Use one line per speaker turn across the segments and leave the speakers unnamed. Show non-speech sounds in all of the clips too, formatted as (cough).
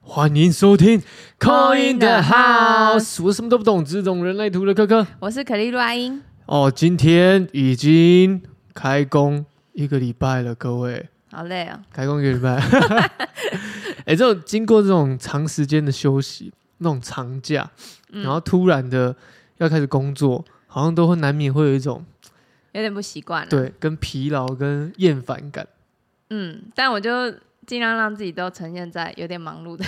欢迎收听《
Call
Call in
in
the
the
House》，我什么都不懂，只懂人类图的科科。
我是可丽露阿英，
哦，今天已经开工一个礼拜了，各位，
好累啊、
开工一个礼拜。 (laughs) 哎、这种经过这种长时间的休息，那种长假，
嗯
然后突然的要开始工作，好像都会难免会有一种
有点不习惯啊了。，
对跟疲劳跟厌烦感。
嗯，但我就尽量让自己都呈现在有点忙碌的，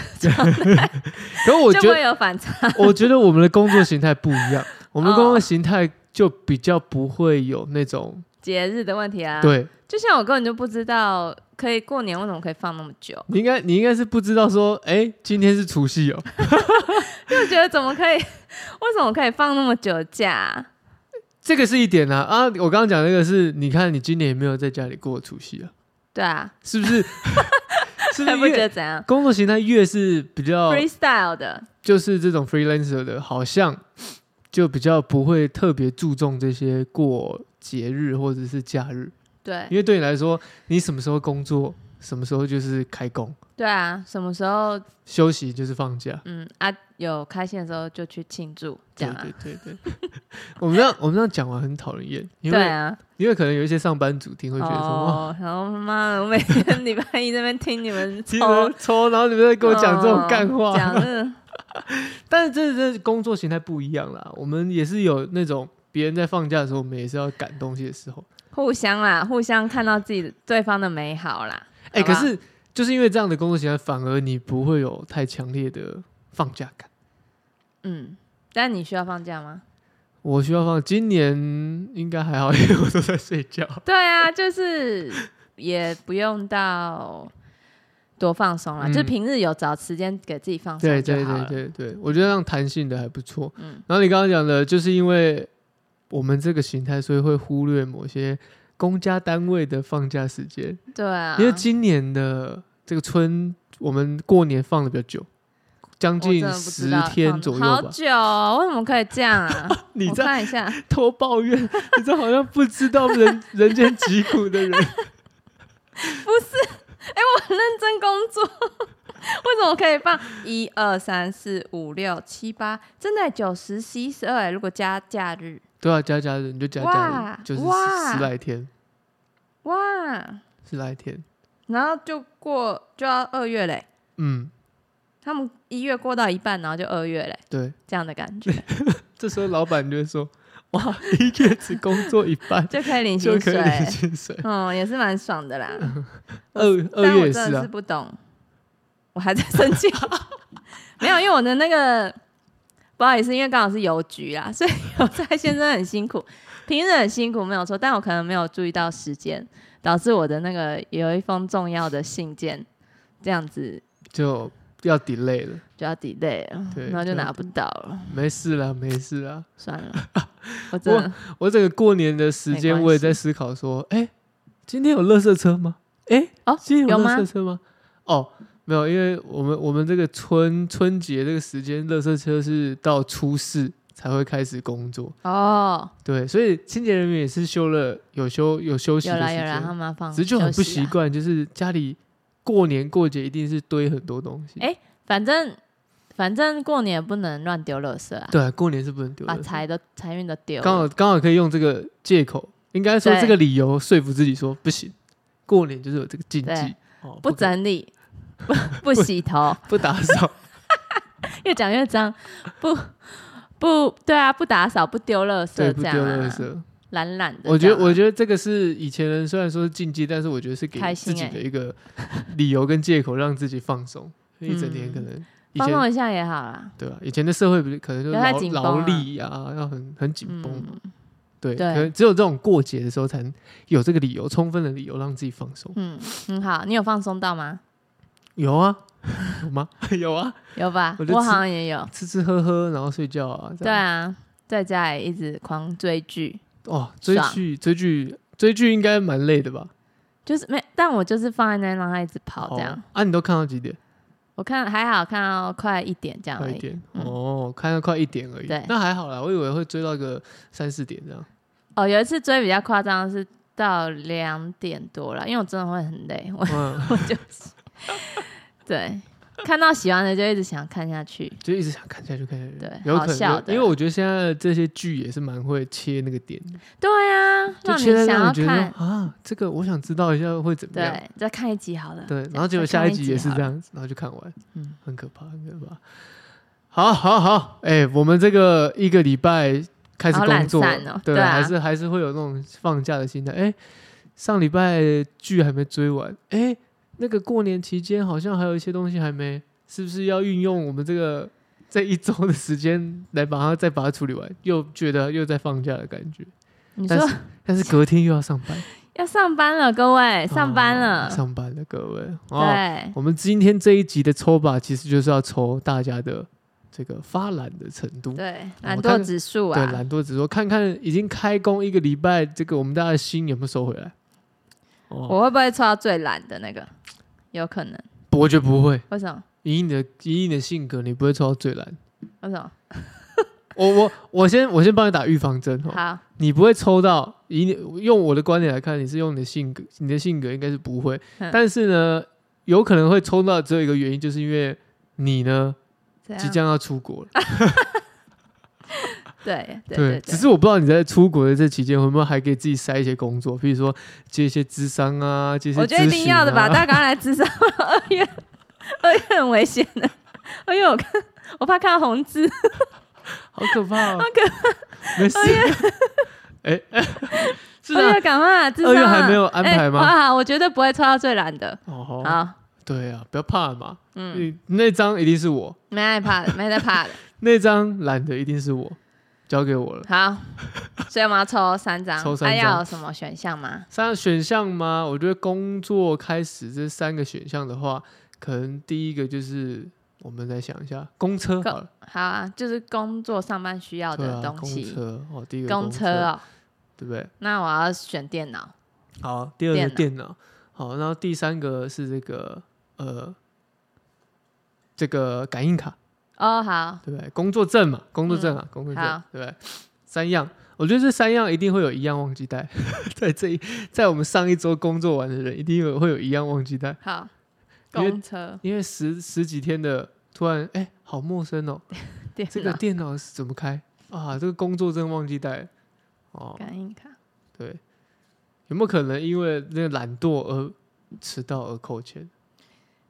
可我觉
就
得
会有反差。
(laughs) 我觉得我们的工作形态不一
(laughs)
样，我们的工
哦
作形态就比较不会有那种、
节日的问题啊，，
对
就像我根本就不知道可以过年为什么可以放那么久，
你应该你应该是不知道说，哎，今天是除夕哦，
就觉得怎么可以， (laughs) 为什么可以放那么久的假啊？
这个是一点啊啊！我刚刚讲那个是，你看你今年也没有在家里过除夕啊，
对啊，
是不
(laughs)
是？是
还
不
不
是
觉
越
得怎样
工作形态越是比较
？freestyle 的，
就是这种 freelancer 的，好像就比较不会特别注重这些过节日或者是假日，
对
因为对你来说，你什么时候工作，什么时候就是开工。
对啊，什么时候
休息就是放假。
嗯啊有开心的时候就去庆祝，这
对
样啊，
对对对，我们这样我们这样讲完很讨人厌，因为、
对啊，
因为可能有一些上班族听会觉得说，哇，
哦，然后妈的，我每天礼拜一在那边听
(laughs)
你们
其
抽
实抽，然后你们在跟我讲这种干
哦
话，
讲这
但是这这工作形态不一样啦，我们也是有那种别人在放假的时候，我们也是要赶东西的时候，
互相啦，互相看到自己对方的美好啦。
哎、
好
可
吧
是就是因为这样的工作形态，反而你不会有太强烈的放假感。
嗯，但你需要放假吗？
我需要放，今年应该还好，因为我都在睡觉。
对啊，就是也不用到多放松啦，
嗯
就是平日有找时间给自己放松
对
就
对
好了
对。对对，我觉得让弹性的还不错。
嗯
然后你刚刚讲的，就是因为我们这个形态，所以会忽略某些公家单位的放假时间，
对啊，
因为今年的这个春，我们过年放的比较久，将
我真
近
的不
十
知道
天
放
左右
好
吧。
久哦、为什么可以这样啊？
(laughs) 你
我
在
看一下，哎
偷抱怨，你这好像不知道
(laughs)
人人间疾苦的人。 (laughs)
认真工作， (laughs) 为什么可以放一二三四五六七八？真的九十十一十二欸？如果加假日，
对啊，加加的你就加加
哇
的，就是十
哇
十来天，
哇！
十来天。
然后就过就要二月嘞，
嗯，
他们一月过到一半，然后就二月嘞，
对。
这样的感
(laughs)
觉
这时候老板就会
(laughs)
说：“哇，一月只工作一半
就可以领
就
薪
可以
水，
领薪水。”
嗯，也是蛮爽的啦。
二二
但
月
(laughs) 我
也
真
是
的
啊
是，不懂，我还在生气， (laughs) 没有，因为我的那个不好意思，因为刚好是邮局啦， (laughs) 所以邮差先生很辛苦，平日很辛苦没有错，但我可能没有注意到时间，导致我的那个有一封重要的信件这样子
就要 delay 了。
就要 delay 了
对，
然后就
就
拿不到了，
没事啦，没事啦。
算了，
(laughs)
我真的
我整个过年的时
没
间，
关系
我也在思考说，哎、今天有垃圾车吗？哎、
哦
今天有
有
垃
吗
圾车吗？哦，没有，因为我们我们这个春春节这个时间，垃圾车是到初四才会开始工作。
哦，
对，所以清洁人员也是休了有休有休息
有
的
啦
时
有啦，他
间，
们要放
只是就很
休
不
息啊
习
啦，
惯，就是家里过年过节一定是堆很多东西。
哎反正反正过年也不能乱丢垃圾啊。
对啊，过年是不能丢
把
垃圾。
财都财运都丢了。
刚好刚好可以用这个借口，应该说
对
这个理由说服自己说不行，过年就是有这个禁忌
对，
哦，
不
可以
整理，
(laughs)
不不洗头，
不打扫，
越讲越脏，不不对啊，不打扫，不丢垃
对，
圾，
不
这
丢
样啊
垃，圾。
懒懒的这样啊。
我觉得我觉得这个是以前人虽然说是禁忌，但是我觉得是给
开
自
心
己
欸
的一个理由跟借口，让自己放松。一整年可能以
嗯放松
前
一下也好啦。
对吧？啊以前的社会不是可能就
不要太
劳
紧绷
劳
啊
力啊，要很很紧绷，
嗯
对，可
对
能只有这种过节的时候才能有这个理由，充分的理由让自己放松。
嗯，很好，你有放松到吗？
有啊， (laughs) 有吗？有啊。
有吧？
我
我
就吃
好像也
(laughs)
有。
吃吃喝喝，然后睡觉啊。这
对
样
啊，在家也一直狂追剧，
哦，追
爽
剧追剧追剧应该蛮累的吧？
就是没，但我就是放在那让它一直跑
哦
这样。
啊，你都看到几点？
我看还好，看到快一点这样
快
而
一
已。
点
嗯
哦，看到快一点而已
对。
那还好啦，我以为会追到个三四点这
(laughs)
样。
哦，有一次追比较夸张的是到两点多了，因为我真的会很累，我
嗯，
我就是对，看到喜欢的就一直想看下去。
就一直想看下去，看下去，
对
有
好
可能
笑
有，
的
因为我觉得现在的这些剧也是蛮会切那个点的，
对啊，
就
让
切在
你想
让
要
你觉得
看，
说啊，这个我想知道一下会怎么样，
对，再看一集好了。
对，
再
然后结果
啊再
下
看
一集也是
好
这
了，
样子，然后就看完，
嗯，
很可怕，很可怕。好，好，好，哎、我们这个一个礼拜开始
好
工
懒
作，
散哦
对，
对啊
还是还是会有那种放假的心态。哎、上礼拜剧还没追完，哎、那个过年期间好像还有一些东西还没，是不是要运用我们这个这一周的时间来把它再把它处理完？又觉得又在放假的感觉，
你
但
说
是但是隔天又要上班，
要上班了，各位上班
哦
了，
上班了，各位，哦，
对，
我们今天这一集的抽吧，其实就是要抽大家的这个发懒的程度。
对，
哦我
懒
看
惰
看
指数
对，
啊，
懒惰只说看看已经开工一个礼拜，这个我们大家的心有没有收回来？哦，
我会不会抽到最懒的那个？有可能，
我觉得不会。
为什么？
以你的以你的性格，你不会抽到最懒。
为什么？
我我我先我先帮你打预防针哦，
好，
你不会抽到。以你用我的观点来看，你是用你的性格，你的性格应该是不会。
嗯
但是呢，有可能会抽到，只有一个原因，就是因为你呢
这
即
样，
将要出国了。
对
对，
对对
只
对，
是我不知道你在出国的这期间，会不会还给自己塞一些工作，比如说接一些智商啊，接一些、
我觉得一定要的吧，大家赶快来智商，二月二月很危险的，二月我看我怕看到红字，
(laughs) 好可怕、哦，
(laughs)
好可怕，没
哦
事。 (laughs) 哎、是
二
啊，
月赶快来智商
二
啊，
月还没有安排吗
哎哇，我绝对不会抽到最懒的，
哦，
好，
对啊，不要怕嘛，
嗯，
嗯、那张一定是我，
没害怕的，没在怕的，
那张懒的一定是我，交给我了。
好，所以我们要抽三张，
抽三
哎
张
要有什么选项吗？
三个选项吗？我觉得工作开始这三个选项的话，可能第一个就是我们来想一下公车好了，
好啊，就是工作上班需要
对
的
啊，
东
公
西，
车哦，第一个
公车哦，
对不对？
那我要选电脑，
好，第二个
电脑
电脑，好，然后第三个是这个呃，这个感应卡，
哦，好，
对不对？工作证嘛，工作证啊，工作证
嗯好，
对不对？三样，我觉得这三样一定会有一样忘记带， (laughs) 在这一在我们上一周工作完的人，一定有会有一样忘记带，
好，
因为
公车、
因为十十几天的突然，哎、好陌生哦，
电
这个
脑、
电脑是怎么开啊？这个工作证忘记带了哦，
感应卡，
对，有没有可能因为那个懒惰而迟到而扣钱？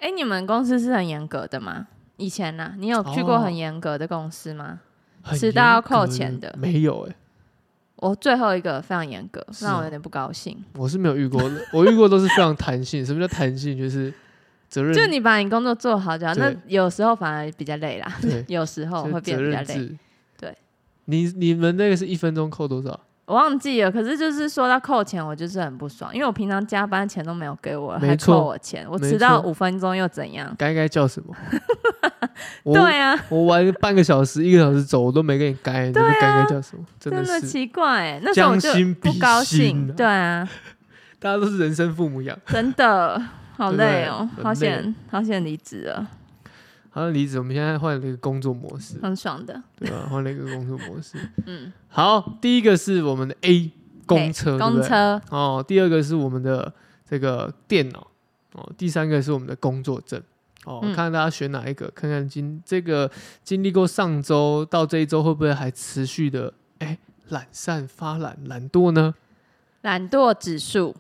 哎、你们公司是很严格的吗？以前呢、你有去过
哦
很严格的公司吗？
很
迟到要
严
扣
格
钱的
没有哎、
我最后一个非常严格，
是
让我
哦
有点不高兴。
我是没有遇过的，我遇过都是非常弹性。什么叫弹性？就是责任，
就你把你工作做好就好，那
对
有时候反而比较累啦，
对，
有时候
就是
会变
责
得比较
任
累。
制。
对，
你你们那个是一分钟扣多少？
我忘记了，可是就是说到扣钱，我就是很不爽，因为我平常加班钱都没有给我，
没
还
错
扣我钱，我
没
迟到
错
五分钟又怎样？
该该叫
(laughs)
什么？我
对啊，
我玩半个小时、一个小时走，我都没给你该，你这该该叫什么？真
真的
是，
奇怪、欸，那时候我就
将心比
不高
心
兴
啊。
对啊，
大家都是人生父母养，
真
(laughs)
的
对
好
不对
累哦，
很
好
累
险好险离职了，
好像离职。我们现在换了一个工作模式，
很爽的。
对吧？换了一个工作模式。
嗯，
好，第一个是我们的 A 公车，对不
公
对
车
哦，第二个是我们的这个电脑哦，第三个是我们的工作证哦，
嗯
看看大家选哪一个，看看今这个经历过上周到这一周会不会还持续的哎懒散发懒懒惰呢？
懒惰指数，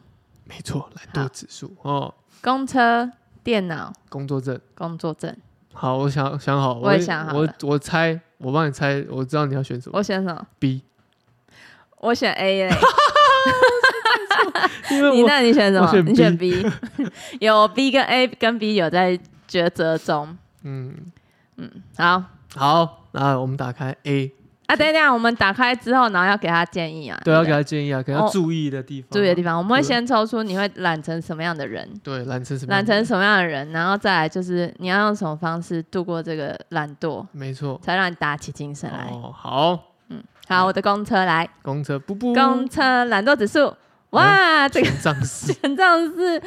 没错，懒惰
好
指数哦，
公车电脑
工作证。
工作证，
好，我想想好，
我也想好哦
我
了
我猜，我帮你猜，我知道你要选什么
我选什么？
B，
我
(laughs)
选 A 嘞，
因为
你
我
那你选什
我
么？
选
你选 B，有 B 跟 A 跟 B 有在抉择中。
(laughs) 嗯
嗯，好
好，那我们打开 A，
啊，等一下我们打开之后，然后要给他建议啊，
对，要
不
给他建议啊，给他
哦
注意的地方啊，
注意的地方，我们会
对
先抽出你会懒成什么样的人，
对，懒成什么样
懒
的人？
成什么样的人，然后再来就是你要用什么方式度过这个懒惰，
没错，
才让你打起精神来。
哦，好，
好，我的公车来，
公车不不，
公车懒惰指数，哇，这个
权杖
(laughs)
四，
权杖是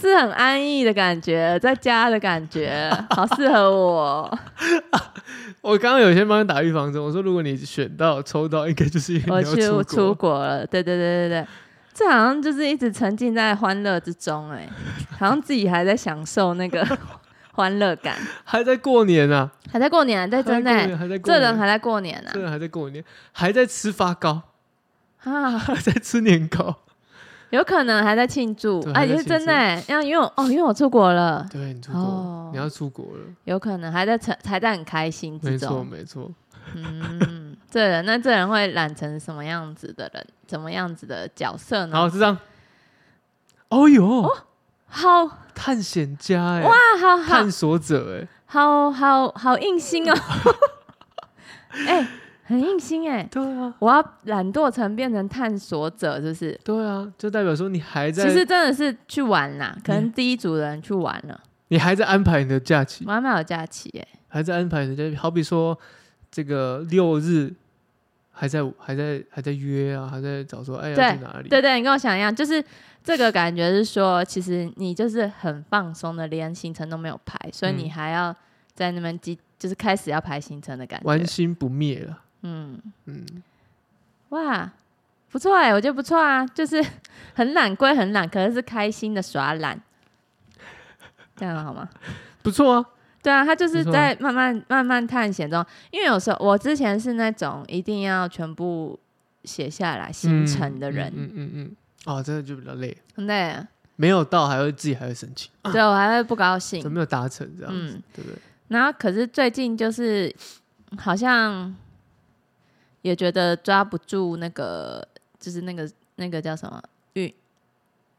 是很安逸的感觉，在家的感觉，好适合我。
(laughs) 我刚刚有先帮你打预防针，我说如果你选到抽到，应该就是因为
我
你
去
要出
出
国，
国了，对对对对对，这好像就是一直沉浸在欢乐之中、哎，好像自己还在享受那个 (laughs) 欢乐感。
还在过年啊？
还在过年啊，对，真的
还在过
欸，
年还在过
这人
年
还在过年啊呢
这人还在过年，还在吃发糕， (laughs)
啊，
还在吃年糕。
有可能还在庆祝
对，
啊，
还在
也是
庆
真的欸，因为因为我哦，因为我出国了，
对你出国了，
哦
你要出国了，
有可能还在成还在很开心
没
之
错
中。
没错。
嗯，这人那这人会染成什么样子的人，怎么样子的角色
然后
呢？
这张，哦哟，
好哇，
探险家哎、
好好
探索者哎、
好好好硬心哦， (laughs) 哎、很硬心哎、
对啊
我要懒惰成变成探索者，是不是？
对啊，就代表说你还在，嗯
其实真的是去玩啦，可能第一组的人去玩了，
你还在安排你的假期，
我还没有假期哎、
还在安排你的假期，好比说这个六日。还在还在还在约啊，还在找说哎要
对
去哪里？
对对，你跟我想一样，就是这个感觉是说，其实你就是很放松的，连行程都没有排，所以
嗯
你还要在那边积，就是开始要排行程的感
玩
觉。
心不灭了。
嗯，
嗯，
哇，不错哎、我觉得不错啊，就是很懒归很懒，可是是开心的耍懒， (laughs) 这样好吗？
不错啊。
对啊，他就是
没错啊
在慢慢慢慢探险中，因为有时候我之前是那种一定要全部写下来行程的人，
嗯嗯嗯嗯哦，真的就比较累，
很累啊，
没有到还会自己还会生气，
对我还会不高兴
怎。么没有达成这样子，
嗯
对不对？
然后可是最近就是好像也觉得抓不住那个，就是那个那个叫什么运，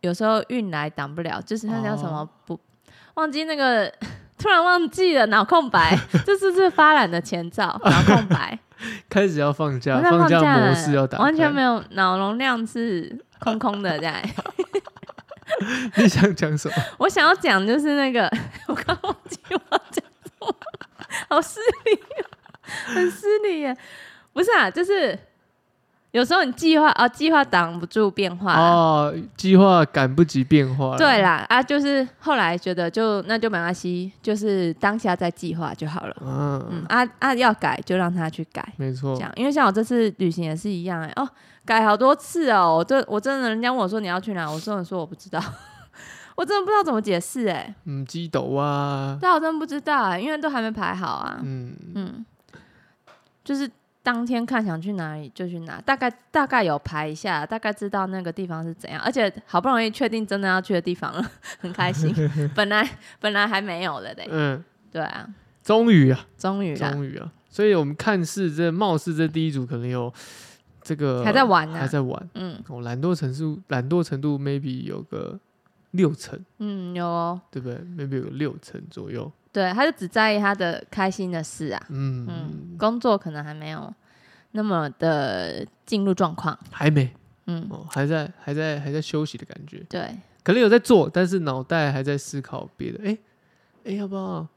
有时候运来挡不了，就是那叫什么
哦
不、忘记那个， (laughs) 突然忘记了脑空白， (laughs) 这是不是发懒的
(laughs)
前兆？脑空白，
开始要啊放假，
我在放
假
假
模
了
式要打开，
完全没有脑容量是空空的在。
你想讲什么？
我想要讲就是那个， (laughs) 我刚忘记我要讲什么，好失礼啊，很失礼耶。不是啊，就是有时候你计划啊，计划挡不住变化啊、
哦，计划赶不及变化了，
对啦，啊，就是后来觉得就那就没关系，就是当下再计划就好了。
嗯，哦
嗯，啊啊，要改就让他去改，
没
这
错，
样。因为像我这次旅行也是一样、哎，哦，改好多次哦，我这我真的，人家问我说你要去哪，我说我说我不知道， (laughs) 我真的不知道怎么解释、哎。
嗯，鸡斗啊，
但我真不知道啊、因为都还没排好啊。
嗯，
嗯，就是当天看想去哪里就去哪，大概大概有排一下，大概知道那个地方是怎样，而且好不容易确定真的要去的地方了， (laughs) 很
(laughs)
开心。本来本来还没有的嘞，
嗯，
对啊，
终于啊，
终于啦，
终于啊，所以我们看似这貌似这第一组可能有这个
还在玩呢
还在玩，
嗯
哦，懒惰程度懒惰程度 maybe 有个六成，
嗯，有哦，
对不对？maybe 有个六成左右，
对，他就只在意他的开心的事啊，嗯，
嗯，
工作可能还没有那么的进入状况，
还没
嗯，
哦，还在还在还在休息的感觉，
对，
可能有在做，但是脑袋还在思考别的，哎哎，要不要？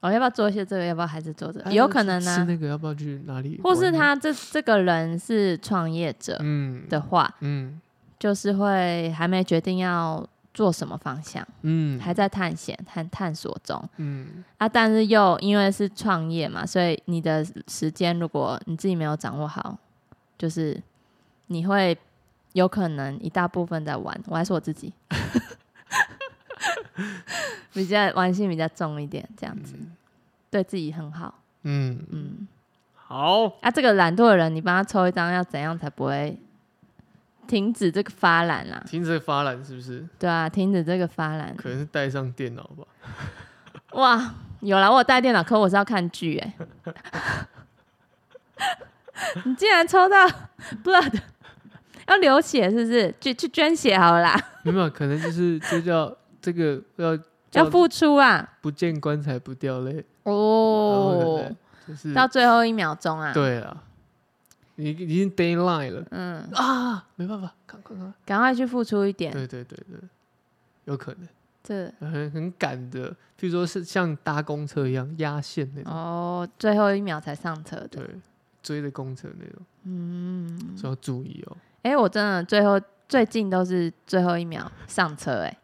我、哦要不要做一些这个，要不要还是做这
哎
个，有可能啊
吃
呢、
吃那个要不要去哪里玩呢？
或是他这这个人是创业者
嗯
的话，
嗯
就是会还没决定要做什么方向，
嗯
还在探险和探索中
嗯
啊。但是又因为是创业嘛，所以你的时间如果你自己没有掌握好，就是你会有可能一大部分在玩。我还说我
(laughs)
自己。比较玩性比较重一点，这样子、对自己很好。
嗯嗯，
嗯，
好，
啊，这个懒惰的人，你帮他抽一张，要怎样才不会停止这个发懒啦、
停止发懒是不是？
对啊，停止这个发懒。
可能是带上电脑吧。
哇，有啦，我有带电脑，可我是要看剧哎、 (laughs) 你竟然抽到 blood，要 (laughs) 流血是不是？去去捐血好了啦，
(laughs) 没有，可能就是这叫这个要叫
(laughs) 要付出啊。
不见棺材不掉泪，然后可
哦
能，就是
到最后一秒钟
嗯
啊。，
对了，你已经 d a y l i n e 了
嗯，
啊，没办法，看看看，
赶快去付出一点。
对对对对，有可能
这
很很赶的，譬如说是像搭公车一样压线那种，
哦，最后一秒才上车的。
对，追着公车那种，
嗯。
所以要注意哦。
哎、我真的最后最近都是最后一秒上车、哎，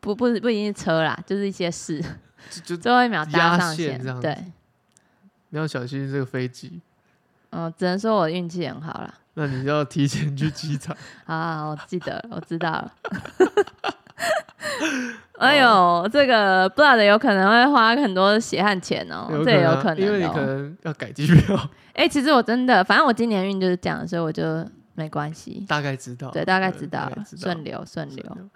不不不一定是车啦，就是一些事， (laughs)
就就
最后一秒搭
压
上
线
线
这样，
对，
你要小心这个飞机，
嗯，只能说我运气很好啦。啊
那你就要提前去机场。
好好，好我记得了，我知道了。 (laughs) 哎呦，这个 blood 有可能会花很多血汗钱哦，
有
这也有
可
可
能啊因为
能
你
哦
可。能要改机票， (laughs)
哎、其实我真的，反正我今年运就是这样，所以我就没关系。
大概知道，
对，大概知道
大概
了，
知道
顺流顺
顺
流。
流嗯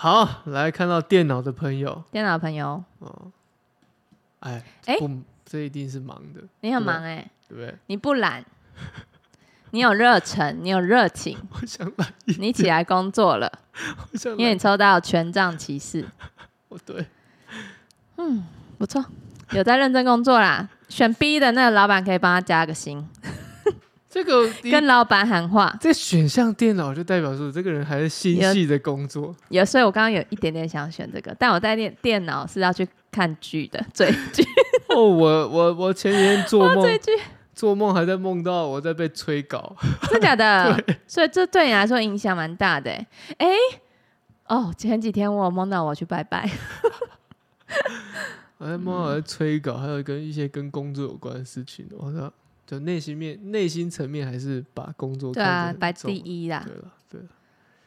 好，来看到电脑的朋友，
电脑朋友，
哦，哎，
哎
不，这一定是忙的，
你很
对
忙哎、
对不对？
你不懒，你有热忱，你有
(laughs)
热情，
我想来，
你起来工作了，
(laughs) 我想
因为
来，
你抽到权杖骑士，
我对，
不错，有在认真工作啦。选 B 的那个老板可以帮他加个星，
这个第一
跟老板喊话。
这选项电脑就代表说这个人还是心细的工
(laughs)
作，
有，所以我刚刚有一点点想选这个，但我在电电脑是要去看剧的，
(laughs)
追剧，
哦，我我我前几天做
追
梦，
剧，
做梦还在梦到我在被催稿，
真假的？所以这对你来说影响蛮大的欸。哎、哦，前几天我有梦到我去拜拜，
我在哎梦到我在催
嗯
稿，还有跟一些跟工作有关的事情，我说就内心面内心层面还是把工作
对啊
看，得
拜
很重
第一啦
对。了对了，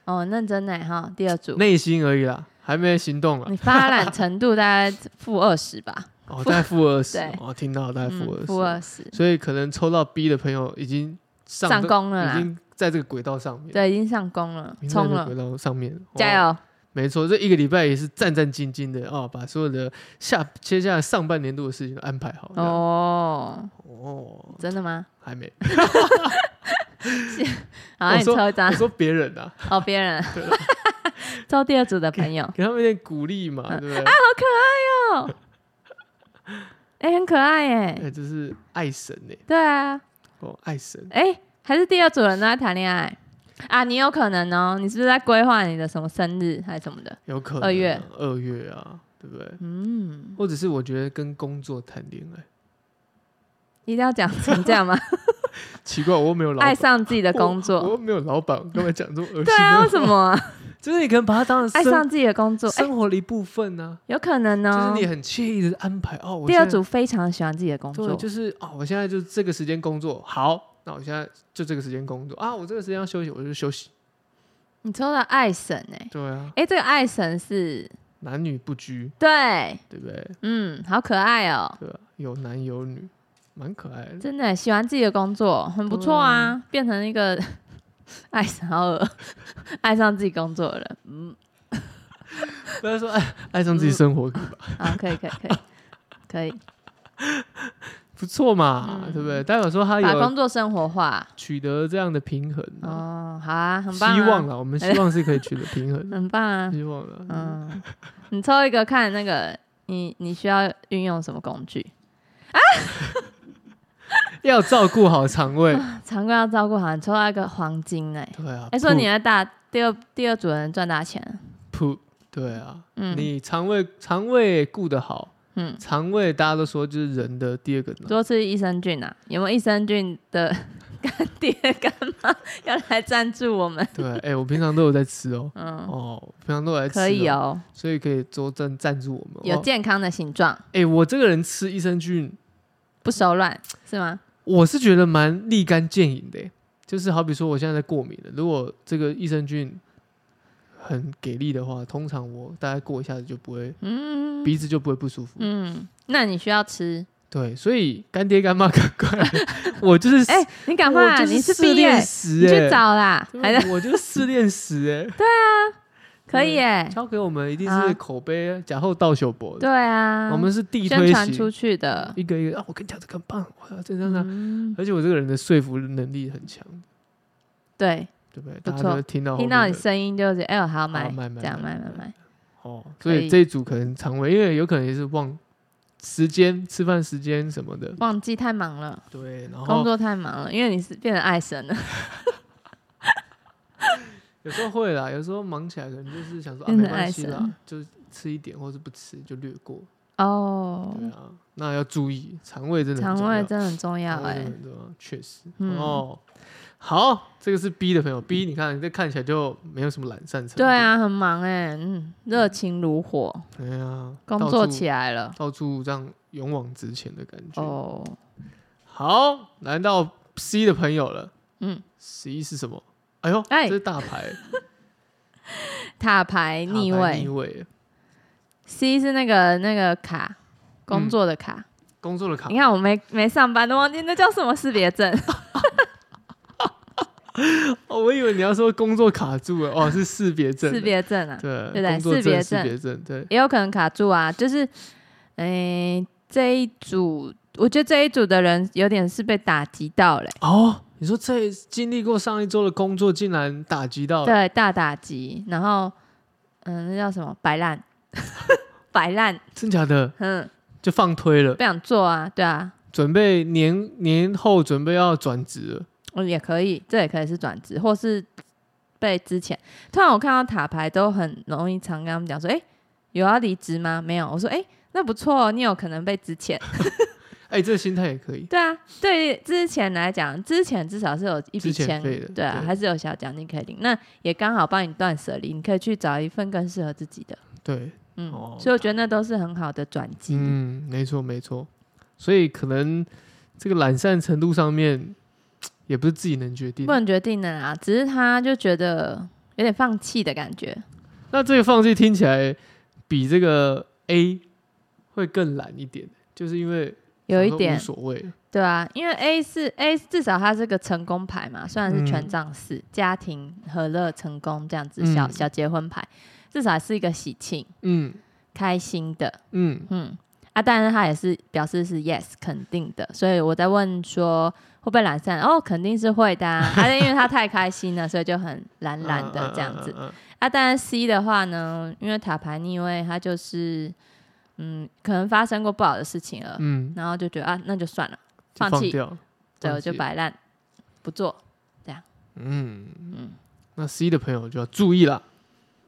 哦，认真呢哈，第二组，
内心而已啦，还没行动啦。
你发懒程度大概负二十吧，
哦，大概负二十
对，
哦，听 (laughs) 到大概负
嗯，
二
负
十，
二十，
所以可能抽到 B 的朋友已经上
上
这
攻了
已
啦，
经在这个轨道上面，
对，已经上攻了
明，
冲
天的
了
轨，道上面，哦
加油！
没错，这一个礼拜也是战战兢兢的哦，把所有的下接下来上半年度的事情都安排好。这样
哦，
哦，
真的吗？
还
(laughs)
没，我
好，那啊你
说
抽一
(laughs)
张
我说别人啊，
哦，别人 (laughs) 抽第二组的朋
(laughs)
友，
给他们一点鼓励嘛，
嗯
对不对？
哦， (laughs) 哎，很可爱耶，
哎，这是爱神呢，
对啊，
哦，爱神，
哎，还是第二组人都在谈恋爱啊，你有可能哦，你是不是在规划你的什么生日还是什么的？
有可能啊
二月，
二月啊，对不对？
嗯，
或者是我觉得跟工作谈恋爱，
一定要讲成这样吗？
奇怪，我又没 (laughs) 有老
爱
板，
上自己的工
我
作，
又没有老板，我干嘛讲这种恶心？
对啊，为什？么啊
就是你可能把它当成
(laughs) 爱
生
上自己的工作？哎，
生活的一部分呢，
有可能
就是
哦
你。很惬意的安排哦。我
第二
现在
组非常喜欢自己的工作
对，，就是哦，我现在就这个时间工作，好，那我现在就这个时间工作啊，我这个时间要休息，我就休息。
你抽到爱神哎、欸，
对啊，
哎、这个爱神是
男女不拘，
对，
对不对？
嗯，好可爱哦、
对吧、有男有女，蛮可爱的。
真的喜欢自己的工作，很不错啊，变成一个 (laughs) 爱神好恶， (laughs) 爱上自己工作的人，嗯，
不要说爱爱上自己生活，
好，啊可以，可以，可以，
(laughs)
可以
不错嘛，
嗯
对不对？代表说他
把
啊有
工作生活化，
取得这样的平衡、啊，
哦，好啊，很
希
棒、啊，
望啊，我们希望是可以取得平衡的，
很棒啊，
希望啊。
嗯， (laughs) 你抽一个看那个你你需要运用什么工具，
要照顾好肠
(laughs)
胃，
常规要照顾好，你抽到一个黄金哎、欸，
对啊。
哎、说你的大第二第二组人赚大钱，
噗，噗对啊，
嗯
你肠胃肠胃顾得好，
嗯，
肠胃大家都说就是人的第二个脑。
多吃益生菌啊，有没有益生菌的 (laughs) 干爹干妈 (laughs) 要来赞助我们？
对，哎、我平常都有在吃哦。
嗯，
哦，我平常都有在吃、
可以，哦，
所以可以多赞赞助我们。
有
哦
健康的形状，
哎、我这个人吃益生菌，
不手软是吗？
我是觉得蛮立竿见影的耶。就是好比说，我现在在过敏了，如果这个益生菌很给力的话，通常我大概过一下子就不会，
嗯
鼻子就不会不舒服。
嗯，那你需要吃。
对，所以干爹干妈 (laughs) 赶快来，我就是
哎、你赶
我
快，
就
你
是
是
试
毕业
炼，
你
石
去
哎，
找啦，还是
我就是试炼石
(laughs)
哎，对，
可以哎、
交给我们一定
好
是口碑假后道修博的
对，啊，
我们是地
宣
推
传
型，
出去的。
一个一个啊，我跟你讲这个很棒，我要这样这样。
嗯，
而且我这个人的说服能力很强，
对，
对不对？
不
大家
错
都会听到后
听到
面
你
的
声音就是，哎、呦，好买，
买买
这样
买
买
买
买买，
哦，所
可
以
以
这一组可能肠胃，因为有可能也是忘时间、吃饭时间什么的。
忘记太忙了，
对，然
工
后
作太忙了，因为你是变成爱神了，
有时候会啦，有时候忙起来可能就是想说啊，
变
没
成
关系
爱
啦
神，
就吃一点，或是不吃就略过。
(laughs) 哦，
对啊，那要注意肠胃真的很
肠
重
胃
要，
真的很重要
肠胃
哎、
真的很重要，啊确实。
嗯
哦，好，这个是 B 的朋友，B 你看这看起来就没有什么懒散程度。
对啊，很忙哎、嗯，热情如火，
哎呀，
工
到
作
处
起来了
到处这样勇往直前的感觉。
哦，
好，来到 C 的朋友了。
嗯
，C 是什么？哎呦，
哎
这是大牌，
塔牌
塔
哎逆
牌
位
逆位，
C 是那个那个卡，
嗯
工作的卡。
工作的卡
你，看我没没上班都忘记那叫什么识
(laughs)
别证，
哦，我以为你要说工作卡住了，哦，是识别证，
识别证啊，
对
对不对
工作
识别
证、识
证
别证，对，
也有可能卡住啊。就是，诶、这一组，我觉得这一组的人有点是被打击到嘞、
哦，你说这经历过上一周的工作，竟然打击到了，
对，大打击。然后，嗯，那叫什么？摆烂， (laughs) 摆烂，
真假的
嗯，
就放推了
不，想做啊，对啊，
准备年年后准备要转职了，
嗯，也可以，这也可以是转职，或是被之前。突然我看到塔牌都很容易常跟他们讲说，哎、有要离职吗？没有，我说，哎、那不错、哦，你有可能被之前。
哎、这个心态也可以，
对啊，对于之前来讲，之前至少是有一笔
之前
钱
费的，
对啊，
对
还是有小奖金可以领。那也刚好帮你断舍离，你可以去找一份更适合自己的。
对，
嗯，
哦
所以我觉得那都是很好的转机。
嗯，没错没错，所以可能这个懒散程度上面也不是自己能决定
不。能决定的啦，只是他就觉得有点放弃的感觉。
那这个放弃听起来比这个 A 会更懒一点，就是因为
有一
想说
点
无所谓，
对啊，因为 A 是 A，至少它是个成功牌嘛，虽然是
嗯
权杖四、家庭和乐成功这样子
嗯
小、小结婚牌，至少是一个喜庆、
嗯
开心的，
嗯，
嗯啊，当然他也是表示是 yes 肯定的，所以我在问说会不会懒散，哦，肯定是会的啊，啊因为他太开心了，所以就很懒懒的这样子
嗯。嗯嗯嗯
啊，当然 C 的话呢，因为塔牌逆位，他就是嗯，可能发生过不好的事情了，
嗯，
然后就觉得啊，那就算了，
就
放弃
掉，
对，
放
我就
弃，
摆烂不做，
嗯嗯，那 C 的朋友就要注意啦，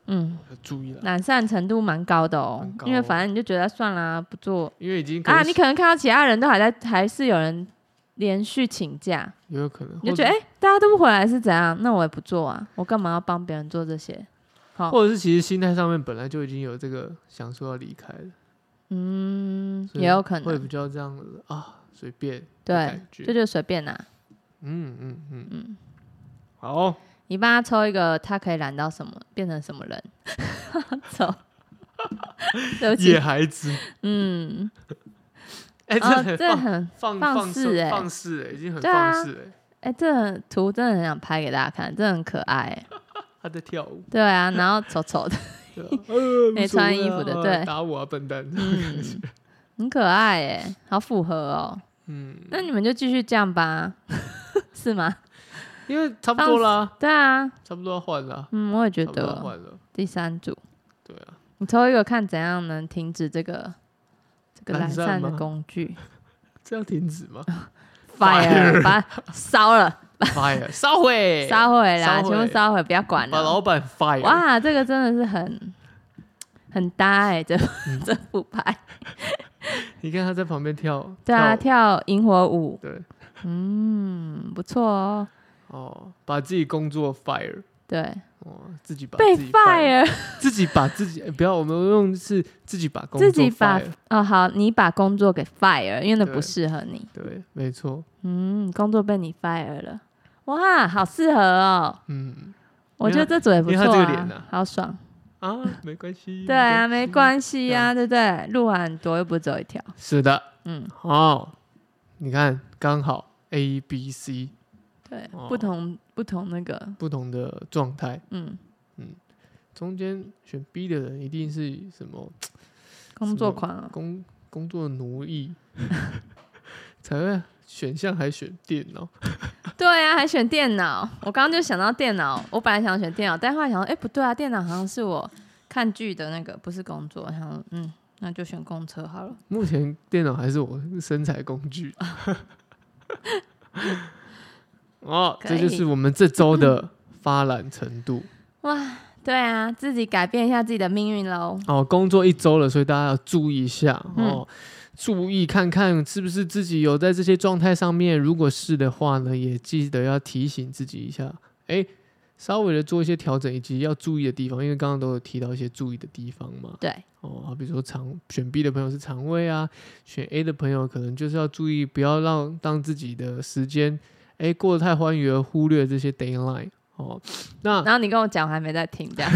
嗯，
要注意啦，
懒散程度蛮高的哦
蛮，高
因为反正你就觉得算了啊、不做
因为已经可能
啊，你可能看到其他人都还在，还是有人连续请假，
也有可能，
你就
或者
觉得哎、诶大家都不回来是怎样？那我也不做啊，我干嘛要帮别人做这些？好
哦或者是其实心态上面本来就已经有这个想说要离开了，
嗯，
所以
也有可
会
能，
比较这样子啊，随便的
对
感，
这
觉，
就随便啦、
嗯嗯嗯
嗯
嗯，好，
你帮他抽一个，他可以懒到什么，变成什么人？ (laughs) 走， (laughs) 对不
野
起，
孩子，
嗯，
(laughs) 哎，
哦，
真
这
的
很，
放
放
放
肆欸
放肆欸，已经很
对啊
放肆哎，
哎、这很图真的很想拍给大家看，真的很可爱、哎
他在跳舞，
对啊，然后丑
(laughs)
丑的， (laughs)
对啊呃
没
无所
穿
谓
衣
啊
服的
啊
对
打我啊，笨蛋，
嗯，很可爱、哎，好符合哦。
嗯，
那你们就继续这样吧， (laughs) 是吗？
因为差不多啦，
对啊，
差不多要换了，
嗯，我也觉
差不多要
得
换了，
第三组。
对啊，
你抽一个看怎样能停止这个这个
懒
懒
散
散的
吗
工
(laughs)
具
这要停止吗
fire 把它烧了，
(laughs) ？Fire，烧毁，
烧毁啦，
哎烧
全部
毁
烧毁，不要管
把
了。
老板 fire，
哇，这个真的是很很搭哎、这
嗯
(laughs) 这副牌，
你看他在旁边跳，
对啊，
跳舞
跳萤火舞，
对，
嗯，不错哦，
哦，把自己工作 fire，
对，
哦，自己把
被
自己 fire，
fire (laughs)
自己把自己，哎不要，我们用是自己把工作
自己把
fire，
哦好，你把工作给 fire，因为那
对
不适合你，
对，没错，
嗯，工作被你 fire 了，哇，好适合哦，
嗯
我觉得这组也不
因为他
错
这个
啊，
脸啊
好爽。
啊，没关系，
(laughs) 对啊，没关系
对
啊，
啊
对不对？路还很多，又不是走一条。
是的，
嗯，
哦，你看刚好 A、B、C
对，
哦
不同不同那个，
不同的状态，
嗯，
中间选 B 的人一定是什么
工作狂啊，
工工作奴役， (laughs) 才会选项还选电脑，
对啊，还选电脑。我刚刚就想到电脑，我本来想选电脑，但后来想说，哎，不对啊，电脑好像是我看剧的那个，不是工作。然后，嗯，那就选公车好了。
目前电脑还是我身材工
(laughs)
具。哦，
可
这就
以
是我们这周的发懒程度。
哇，对啊，自己改变一下自己的命运喽。
哦，工作一周了，所以大家要注意一下
嗯
哦，注意看看是不是自己有在这些状态上面。如果是的话呢，也记得要提醒自己一下，哎，稍微的做一些调整以及要注意的地方，因为刚刚都有提到一些注意的地方嘛。
对，
哦，好比说肠选 B 的朋友是肠胃啊，选 A 的朋友可能就是要注意，不要让让自己的时间哎过得太欢愉而忽略这些 d a y l i n e 哦。那
(laughs) 然后你跟我讲，我还没在听，这样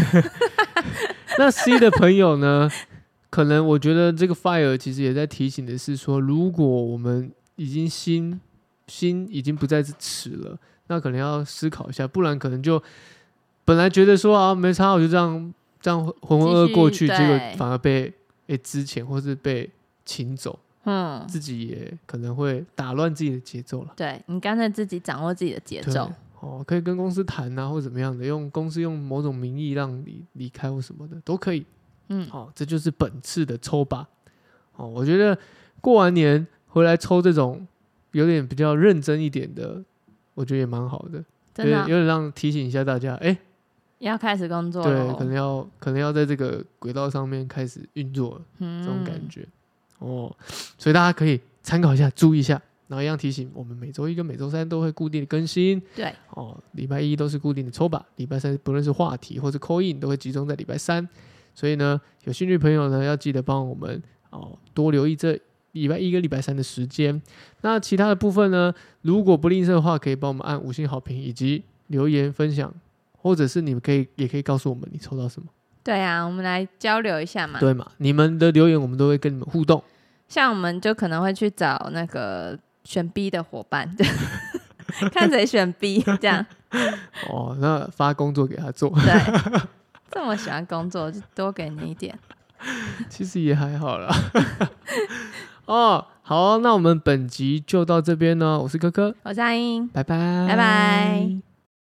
(laughs) 那 C 的朋友呢？可能我觉得这个 fire 其实也在提醒的是说，如果我们已经心心已经不再是尺了，那可能要思考一下，不然可能就本来觉得说啊没差，我就这样这样浑浑噩噩过去，
继续
结果
对
反而被被之前或是被请走，
嗯，
自己也可能会打乱自己的节奏了。
对你干脆自己掌握自己的节
对
奏，
哦，可以跟公司谈啊，或怎么样的，用公司用某种名义让你离开或什么的都可以。
嗯，
哦，这就是本次的抽吧。哦，我觉得过完年回来抽这种有点比较认真一点的，我觉得也蛮好的，有
真
点
的啊
有点让提醒一下大家，哎、
要开始工作
对，可
了，
能要可能要在这个轨道上面开始运作了，这
这
种感觉。哦，所以大家可以参考一下，注意一下。然后一样提醒，我们每周一跟每周三都会固定的更新。
对，
哦，礼拜一都是固定的抽吧，礼拜三不论是话题或是 call in 都会集中在礼拜三，所以呢，有兴趣的朋友呢要记得帮我们哦多留意这礼拜一跟礼拜三的时间。那其他的部分呢，如果不吝啬的话，可以帮我们按五星好评以及留言分享，或者是你们可以也可以告诉我们你抽到什么，
对啊，我们来交流一下嘛。
对嘛？你们的留言我们都会跟你们互动。
像我们就可能会去找那个选 B 的伙伴，对看谁选 B 这样。
哦，那发工作给他做， (laughs)
对，这么喜欢工作，就多给你一点。
其实也还好啦。 (laughs) 哦，好，那我们本集就到这边呢。我是柯柯，
我是阿英。
拜拜，
拜拜。